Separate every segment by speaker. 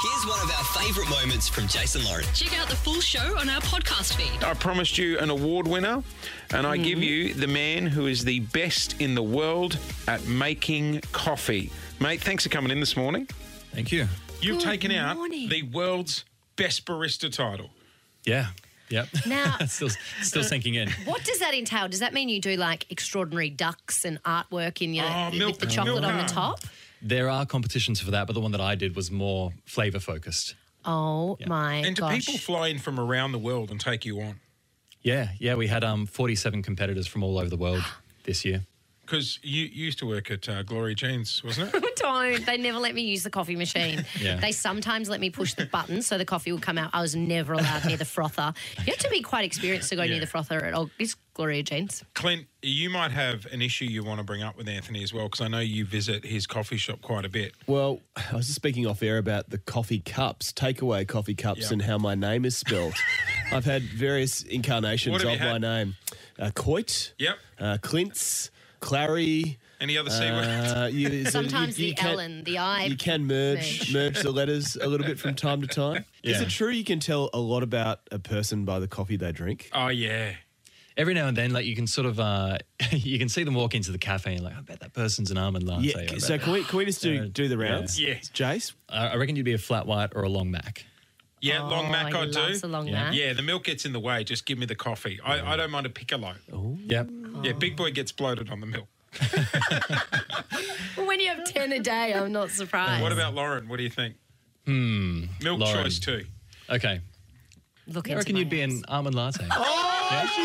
Speaker 1: Here's one of our favourite moments from Jason Lauren.
Speaker 2: Check out the full show on our podcast feed.
Speaker 3: I promised you an award winner, and I
Speaker 4: Mm-hmm.
Speaker 3: give you the man who is the best in the world at making coffee. Mate, thanks for coming in this morning.
Speaker 5: Thank you.
Speaker 3: You've
Speaker 4: Good
Speaker 3: taken
Speaker 4: morning.
Speaker 3: out the world's best barista title.
Speaker 5: Yeah. Yep.
Speaker 4: Now- uh,
Speaker 5: still, still sinking in.
Speaker 4: What does that entail? Does that mean you do like extraordinary ducks and artwork in your
Speaker 3: Oh, milk-
Speaker 4: with the chocolate
Speaker 3: milk
Speaker 4: on the
Speaker 3: art.
Speaker 4: top?
Speaker 5: There are competitions for that, but the one that I did was more flavor focused.
Speaker 4: Oh my
Speaker 3: And do
Speaker 4: gosh!
Speaker 3: people fly in from around the world and take you on?
Speaker 5: Yeah. Yeah. We had um 47 competitors from all over the world this year.
Speaker 3: Because you you used to work at uh, Glory Jeans, wasn't it?
Speaker 4: Don't. They never let me use the coffee machine.
Speaker 5: Yeah.
Speaker 4: They sometimes let me push the button so the coffee would come out. I was never allowed near the frother. You have to be quite experienced to go near
Speaker 3: Yeah.
Speaker 4: the frother at all. It's Gloria Jeans.
Speaker 3: Clint, you might have an issue you want to bring up with Anthony as well, because I know you visit his coffee shop quite a bit.
Speaker 6: Well, I was just speaking off air about the coffee cups, takeaway coffee cups,
Speaker 3: Yeah.
Speaker 6: and how my name is spelled. I've had various
Speaker 3: What
Speaker 6: incarnations
Speaker 3: have
Speaker 6: of
Speaker 3: you
Speaker 6: my
Speaker 3: had?
Speaker 6: name uh, Coit,
Speaker 3: Yep.
Speaker 6: uh, Clintz, Clary.
Speaker 3: Any other C word?
Speaker 6: Uh, you- you-
Speaker 4: Sometimes
Speaker 6: you- you
Speaker 4: the
Speaker 6: can-
Speaker 4: L and the I.
Speaker 6: You can merge merge the letters a little bit from time to time. Is
Speaker 5: Yeah.
Speaker 6: it true you can tell a lot about a person by the coffee they drink?
Speaker 3: Oh, yeah.
Speaker 5: Every now and then, like you can sort of, uh, you can see them walk into the cafe and like, I bet that person's an almond latte. I
Speaker 6: Yeah.
Speaker 5: bet
Speaker 6: So
Speaker 5: that-
Speaker 6: can we, can we just do,
Speaker 5: Uh,
Speaker 6: do the rounds?
Speaker 3: yeah. Yeah.
Speaker 6: Jace,
Speaker 5: I I reckon you'd be a flat white or a long mac.
Speaker 3: Yeah, long
Speaker 4: Oh,
Speaker 3: Mac,
Speaker 4: he
Speaker 3: I do.
Speaker 4: loves a long
Speaker 5: Yeah.
Speaker 4: Mac.
Speaker 3: yeah, the milk gets in the way. Just give me the coffee. I, I don't mind a piccolo.
Speaker 5: Yep.
Speaker 4: Oh.
Speaker 3: Yeah, Big Boy gets bloated on the milk.
Speaker 4: Well, when you have ten a day, I'm not surprised.
Speaker 3: What about Lauren? What do you think? Hmm. Milk
Speaker 5: Lauren.
Speaker 3: choice too.
Speaker 5: Okay.
Speaker 4: Look
Speaker 5: I
Speaker 4: into
Speaker 5: reckon
Speaker 4: my
Speaker 5: you'd be
Speaker 4: eyes.
Speaker 5: an almond latte.
Speaker 4: Oh,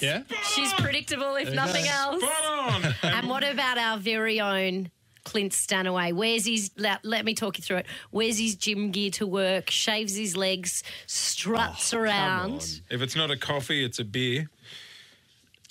Speaker 5: Yeah.
Speaker 4: She's predictable, if nothing else.
Speaker 3: Spot on.
Speaker 4: And what about our very own Clint Stanaway? Where's his? Let, let me talk you through it. Where's his gym gear to work? Shaves his legs, struts around.
Speaker 3: if it's not a coffee, it's a beer.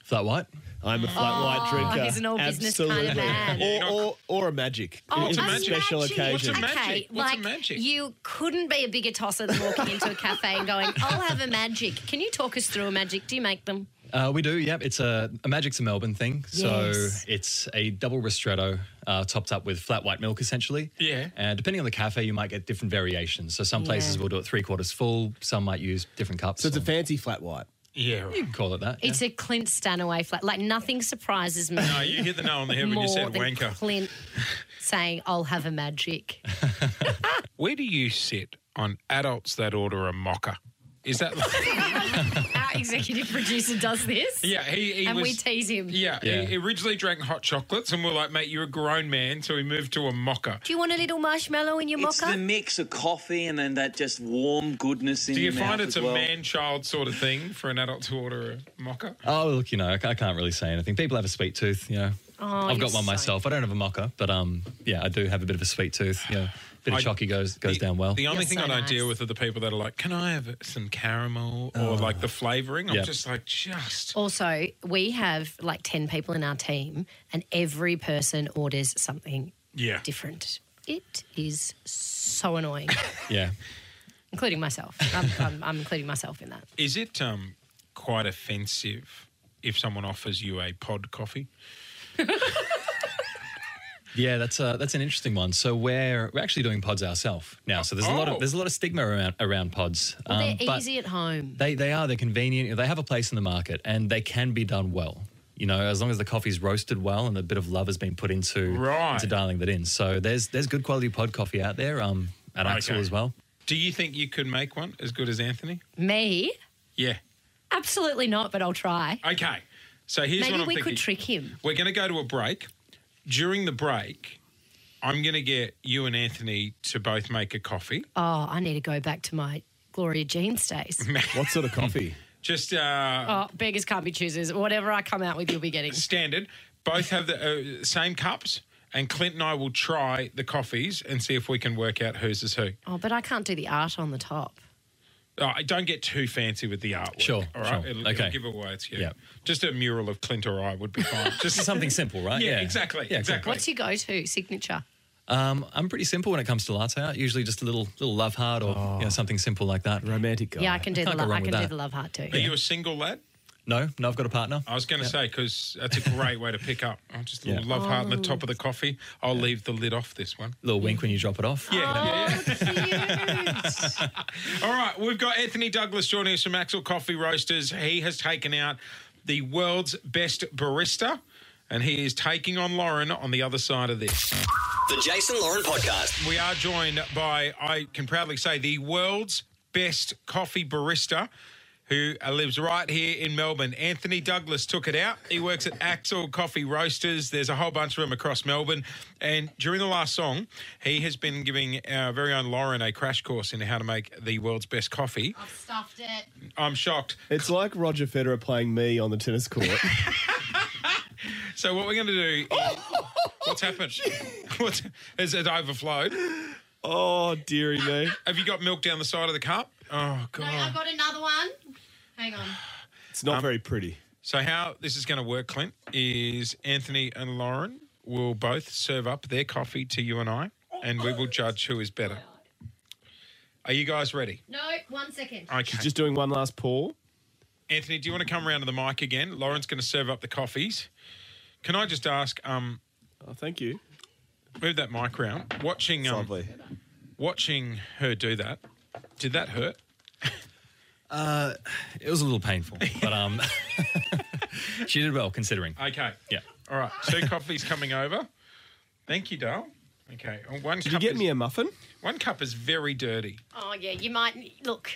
Speaker 5: Flat white.
Speaker 6: I'm a flat white drinker.
Speaker 4: Oh, he's an all business kind of
Speaker 6: Absolutely.
Speaker 4: man.
Speaker 6: Or, or, or a magic.
Speaker 4: Oh,
Speaker 6: it's
Speaker 4: a
Speaker 6: a
Speaker 4: magic.
Speaker 6: special
Speaker 4: magic.
Speaker 3: What's a
Speaker 6: occasion.
Speaker 3: magic?
Speaker 4: Okay,
Speaker 3: What's a
Speaker 4: like
Speaker 3: magic?
Speaker 4: you couldn't be a bigger tosser than walking into a cafe and going, "I'll have a magic." Can you talk us through a magic? Do you make them?
Speaker 5: Uh, we do, yep. It's a, a Magic's a Melbourne thing.
Speaker 4: Yes.
Speaker 5: So it's a double ristretto uh, topped up with flat white milk, essentially.
Speaker 3: Yeah.
Speaker 5: And depending on the cafe, you might get different variations. So some places
Speaker 4: Yeah.
Speaker 5: will do it three quarters full, some might use different cups.
Speaker 6: So it's a
Speaker 5: or-
Speaker 6: fancy flat white.
Speaker 3: Yeah.
Speaker 5: you
Speaker 3: Right.
Speaker 5: can call it that.
Speaker 4: It's a Clint Stanaway flat. Like nothing surprises me.
Speaker 3: No, Ah, you hit the nail on the head when
Speaker 4: more
Speaker 3: you said
Speaker 4: than
Speaker 3: wanker.
Speaker 4: Clint saying, "I'll have a magic."
Speaker 3: Where do you sit on adults that order a mocha? Is that like,
Speaker 4: our executive producer does this.
Speaker 3: yeah? He, he
Speaker 4: And
Speaker 3: was,
Speaker 4: we tease him.
Speaker 3: Yeah,
Speaker 5: Yeah.
Speaker 3: He, he originally drank hot chocolates, and we are like, mate, you're a grown man, so he moved to a mocha.
Speaker 4: Do you want a little marshmallow in your
Speaker 7: It's
Speaker 4: mocha?
Speaker 7: the mix of coffee and then that just warm goodness in
Speaker 3: Do you
Speaker 7: your mouth
Speaker 3: find it's
Speaker 7: as
Speaker 3: a
Speaker 7: well.
Speaker 3: man-child sort of thing for an adult to order a mocha?
Speaker 5: Oh, look, you know, I ca- I can't really say anything. People have a sweet tooth, you know.
Speaker 4: Oh,
Speaker 5: I've
Speaker 4: you're
Speaker 5: got one
Speaker 4: so-
Speaker 5: myself. I don't have a mocha, but um, yeah, I do have a bit of a sweet tooth. Yeah, bit of
Speaker 3: I-
Speaker 5: chalky goes goes
Speaker 3: The-
Speaker 5: down well.
Speaker 3: The only
Speaker 4: You're
Speaker 3: thing
Speaker 4: so
Speaker 3: I don't
Speaker 4: nice.
Speaker 3: deal with are the people that are like, "Can I have some caramel or like the flavoring?" I'm
Speaker 5: Oh. Yep.
Speaker 3: just like, just
Speaker 4: Also, we have like 10 people in our team, and every person orders something
Speaker 3: yeah.
Speaker 4: different. It is so annoying,
Speaker 5: Yeah,
Speaker 4: including myself. I'm, I'm, I'm including myself in that.
Speaker 3: Is it um quite offensive if someone offers you a pod coffee?
Speaker 5: yeah, that's uh, that's an interesting one. So we're we're actually doing pods ourselves now. So there's a lot
Speaker 3: Oh.
Speaker 5: of there's a lot of stigma around around pods.
Speaker 4: Well,
Speaker 5: Um,
Speaker 4: they're
Speaker 5: but-
Speaker 4: easy at home.
Speaker 5: They they are. They're convenient. They have a place in the market, and they can be done well. You know, as long as the coffee's roasted well and a bit of love has been put into
Speaker 3: Right.
Speaker 5: into dialing that in. So there's there's good quality pod coffee out there. Um, at Axel
Speaker 3: Okay.
Speaker 5: as well.
Speaker 3: Do you think you could make one as good as Anthony?
Speaker 4: Me?
Speaker 3: Yeah.
Speaker 4: Absolutely not, but I'll try.
Speaker 3: Okay. So here's
Speaker 4: Maybe
Speaker 3: what I'm
Speaker 4: we
Speaker 3: thinking.
Speaker 4: could trick him.
Speaker 3: We're going to go to a break. During the break, I'm going to get you and Anthony to both make a coffee.
Speaker 4: Oh, I need to go back to my Gloria Jeans days.
Speaker 6: What sort of coffee?
Speaker 3: Just uh,
Speaker 4: oh, beggars can't be choosers. Whatever I come out with, you'll be getting.
Speaker 3: standard. Both have the uh, same cups, and Clint and I will try the coffees and see if we can work out whose is who.
Speaker 4: Oh, but I can't do the art on the top.
Speaker 3: Oh, don't get too fancy with the artwork.
Speaker 5: Sure,
Speaker 3: All right.
Speaker 5: sure.
Speaker 3: It'll,
Speaker 5: Okay.
Speaker 3: it'll give away its yeah.
Speaker 5: Yeah.
Speaker 3: Just a mural of Clint or I would be fine. Just
Speaker 5: Just something simple, right?
Speaker 3: Yeah, exactly.
Speaker 5: cool.
Speaker 3: exactly.
Speaker 4: What's your go-to signature?
Speaker 5: Um, I'm pretty simple when it comes to latte art. Usually just a little little love
Speaker 3: Oh.
Speaker 5: heart or you know, something simple like that.
Speaker 6: Romantic guy.
Speaker 4: Yeah, I can do the
Speaker 5: Can't go
Speaker 4: lo- I
Speaker 5: wrong
Speaker 4: can
Speaker 5: with
Speaker 4: do
Speaker 5: that.
Speaker 4: the love heart too.
Speaker 3: Are you a single lad?
Speaker 5: No, no, I've got a partner.
Speaker 8: I was going to 'cause say because that's a great way to pick up. Oh, just a little
Speaker 5: Yeah.
Speaker 8: love heart in the top of the coffee. I'll leave the lid off this one.
Speaker 5: little wink when you drop it off.
Speaker 4: Oh,
Speaker 8: All right, we've got Anthony Douglas joining us from Axel Coffee Roasters. He has taken out the world's best barista, and he is taking on Lauren on the other side of this.
Speaker 1: The Jason Lauren Podcast.
Speaker 8: We are joined by, I can proudly say, the world's best coffee barista who lives right here in Melbourne. Anthony Douglas took it out. He works at Axel Coffee Roasters. There's a whole bunch of them across Melbourne. And during the last song, he has been giving our very own Lauren a crash course in how to make the world's best coffee.
Speaker 4: I've stuffed it.
Speaker 8: I'm shocked.
Speaker 6: It's like Roger Federer playing me on the tennis court.
Speaker 8: So what we're going to do is, what's happened? What's, has it overflowed?
Speaker 6: oh, dearie me.
Speaker 8: Have you got milk down the side of the cup? Oh, God. Um,
Speaker 4: got another one. Hang on.
Speaker 6: It's not very pretty.
Speaker 8: So how this is going to work, Clint, is Anthony and Lauren will both serve up their coffee to you and I, and we will judge who is better. Are you guys ready?
Speaker 4: No, one second.
Speaker 8: Okay.
Speaker 6: Just doing one last pour.
Speaker 8: Anthony, do you want to come round to the mic again? Lauren's going to serve up the coffees. Can I just ask? Um,
Speaker 6: Oh, thank you.
Speaker 8: move that mic round. Watching, um, watching her do that. Did that hurt?
Speaker 5: It was a little painful, but um, she did well considering.
Speaker 8: Okay.
Speaker 5: Yeah.
Speaker 8: All right. Two coffees coming over. Thank you, Dale. Okay. One
Speaker 6: Did you
Speaker 8: cup
Speaker 6: get
Speaker 8: is,
Speaker 6: me a muffin?
Speaker 8: one cup is very dirty.
Speaker 4: Oh yeah, you might look.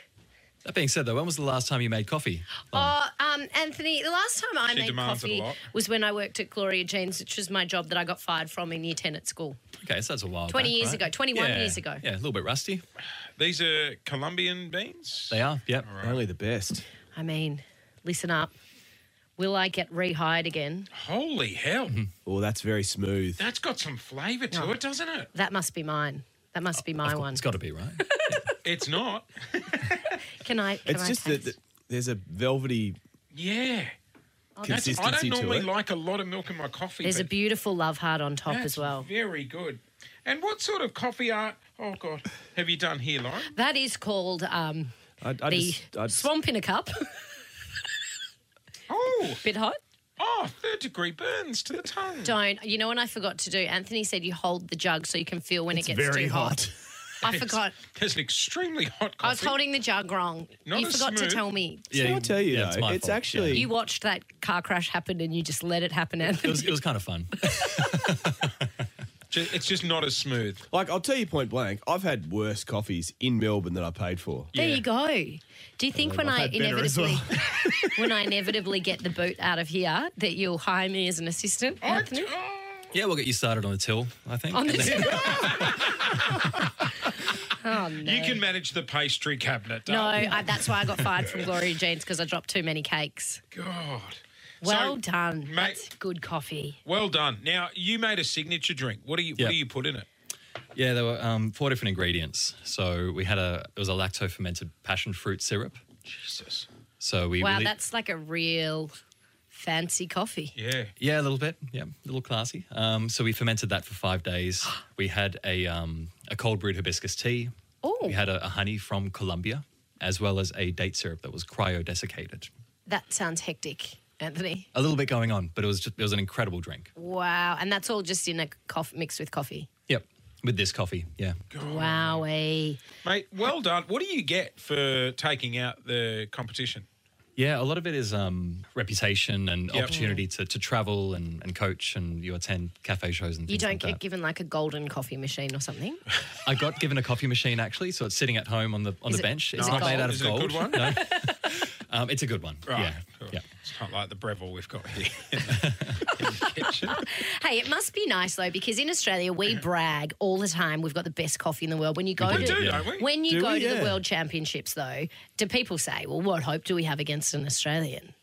Speaker 5: That being said, though, when was the last time you made coffee? Lauren?
Speaker 4: Oh, um, Anthony, the last time I
Speaker 8: She
Speaker 4: made
Speaker 8: demands it a
Speaker 4: coffee
Speaker 8: lot.
Speaker 4: was when I worked at Gloria Jeans, which was my job that I got fired from in year 10 at school.
Speaker 5: okay, so that's a while.
Speaker 4: 20
Speaker 5: back,
Speaker 4: years
Speaker 5: right?
Speaker 4: ago, 21
Speaker 5: Yeah.
Speaker 4: years ago.
Speaker 5: Yeah, a little bit rusty.
Speaker 8: These are Colombian beans.
Speaker 5: They are. Yep.
Speaker 6: Only the best.
Speaker 4: I mean, listen up. Will I get rehired again?
Speaker 8: Holy hell.
Speaker 6: Oh, that's very smooth.
Speaker 8: That's got some flavour
Speaker 4: Oh.
Speaker 8: to it, doesn't it?
Speaker 4: That must be mine. That must be my
Speaker 5: Of course,
Speaker 4: one.
Speaker 5: It's got to be right.
Speaker 8: It's not.
Speaker 4: Can I? Can
Speaker 6: it's
Speaker 4: I
Speaker 6: just that
Speaker 4: taste?
Speaker 6: that there's a velvety
Speaker 8: Yeah.
Speaker 4: Oh,
Speaker 8: That's,
Speaker 6: consistency
Speaker 8: I don't
Speaker 6: to
Speaker 8: normally
Speaker 6: it.
Speaker 8: like a lot of milk in my coffee.
Speaker 4: There's a
Speaker 8: but
Speaker 4: beautiful love heart on top
Speaker 8: that's
Speaker 4: as well.
Speaker 8: Very good. And what sort of coffee are, oh God, have you done here, Lauren?
Speaker 4: That is called um,
Speaker 6: I, I
Speaker 4: the
Speaker 6: just, I just,
Speaker 4: swamp in a cup.
Speaker 8: Oh,
Speaker 4: Bit hot.
Speaker 8: oh, third degree burns to the tongue.
Speaker 4: Don't. You know what I forgot to do? Anthony said you hold the jug so you can feel when it gets
Speaker 6: very
Speaker 4: too
Speaker 6: hot.
Speaker 4: I forgot.
Speaker 8: There's an extremely hot coffee.
Speaker 4: I was holding the jug wrong.
Speaker 8: Not
Speaker 4: you
Speaker 8: as
Speaker 4: forgot
Speaker 8: smooth.
Speaker 4: to tell me.
Speaker 6: Can I tell you,
Speaker 5: yeah,
Speaker 6: though,
Speaker 5: it's my
Speaker 6: it's
Speaker 5: fault,
Speaker 6: actually
Speaker 4: You watched that car crash happen and you just let it happen,
Speaker 5: It
Speaker 4: Anthony.
Speaker 5: was, it was kind of fun.
Speaker 8: Ju- It's just not as smooth.
Speaker 6: like I'll tell you point blank. I've had worse coffees in Melbourne that I paid for.
Speaker 4: There you go. Do you think when
Speaker 6: I've
Speaker 4: I
Speaker 6: had better as
Speaker 4: inevitably when I inevitably get the boot out of here that you'll hire me as an assistant,
Speaker 8: I-
Speaker 4: Anthony?
Speaker 8: oh,
Speaker 5: Yeah, we'll get you started on the till. I think.
Speaker 4: On
Speaker 5: And then-
Speaker 4: the Oh no.
Speaker 8: you can manage the pastry cabinet.
Speaker 4: no,
Speaker 8: darling.
Speaker 4: I, that's why I got fired from Gloria Jeans because I dropped too many cakes.
Speaker 8: God.
Speaker 4: Well
Speaker 8: So,
Speaker 4: done.
Speaker 8: mate-
Speaker 4: That's good coffee.
Speaker 8: Well done. Now you made a signature drink. What do you
Speaker 5: Yeah.
Speaker 8: what do you put in it?
Speaker 5: Yeah, there were um, four different ingredients. So we had a it was a lacto fermented passion fruit syrup.
Speaker 8: Jesus.
Speaker 5: So we
Speaker 4: Wow,
Speaker 5: really-
Speaker 4: that's like a real fancy coffee.
Speaker 8: Yeah.
Speaker 5: yeah a little bit yeah a little classy. Um, so we fermented that for five days. We had a um, a cold brewed hibiscus tea.
Speaker 4: Oh.
Speaker 5: We had a, a honey from Colombia, as well as a date syrup that was cryo desiccated.
Speaker 4: That sounds hectic, Anthony.
Speaker 5: A little bit going on, but it was just it was an incredible drink.
Speaker 4: Wow, and that's all just in a coffee mixed with coffee.
Speaker 5: Yep, with this coffee. Yeah.
Speaker 4: Wowie.
Speaker 8: Mate, well done. What do you get for taking out the competition?
Speaker 5: Yeah, a lot of it is um, reputation and
Speaker 8: Yep.
Speaker 5: opportunity to, to travel and, and coach, and you attend cafe shows and
Speaker 4: You
Speaker 5: things
Speaker 4: don't
Speaker 5: like
Speaker 4: get
Speaker 5: that.
Speaker 4: given like a golden coffee machine or something.
Speaker 5: I got given a coffee machine actually, so it's sitting at home on the on
Speaker 4: Is
Speaker 5: the
Speaker 4: it-
Speaker 5: bench.
Speaker 4: is
Speaker 5: It's
Speaker 4: it
Speaker 5: not made
Speaker 4: gold?
Speaker 5: out of
Speaker 8: Is it a
Speaker 5: gold.
Speaker 8: good one?
Speaker 5: No. um, it's a good one. Yeah.
Speaker 8: Cool.
Speaker 5: yeah.
Speaker 8: It's not like the Breville we've got here in the, in the kitchen.
Speaker 4: hey, it must be nice though, because in Australia we brag all the time we've got the best coffee in the world. When you go
Speaker 5: We
Speaker 4: to
Speaker 8: We do,
Speaker 5: Yeah.
Speaker 8: don't we?
Speaker 4: when you
Speaker 6: Do
Speaker 4: go
Speaker 6: we?
Speaker 4: to the
Speaker 6: Yeah.
Speaker 4: World Championships though, do people say, Well, what hope do we have against an Australian?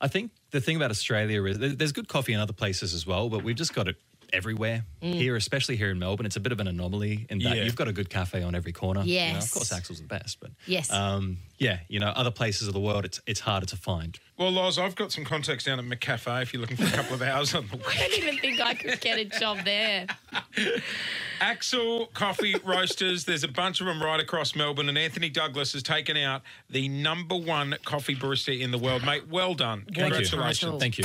Speaker 5: I think the thing about Australia is there- there's good coffee in other places as well, but we've just got it everywhere here, especially here in Melbourne. It's a bit of an anomaly in that
Speaker 8: Mm. Yeah.
Speaker 5: you've got a good cafe on every corner. you know.
Speaker 4: Yes.
Speaker 5: of course, Axel's the best, but
Speaker 4: Yes.
Speaker 5: um, yeah, you know, other places of the world, it's it's harder to find.
Speaker 8: Well, Loz, I've got some contacts down at McCafe if you're looking for a couple of hours on the week.
Speaker 4: I don't even think I could get a job there.
Speaker 8: Axel Coffee Roasters, there's a bunch of them right across Melbourne, and Anthony Douglas has taken out the number one coffee barista in the world. Mate, well done. Congratulations.
Speaker 4: title.
Speaker 5: Thank you.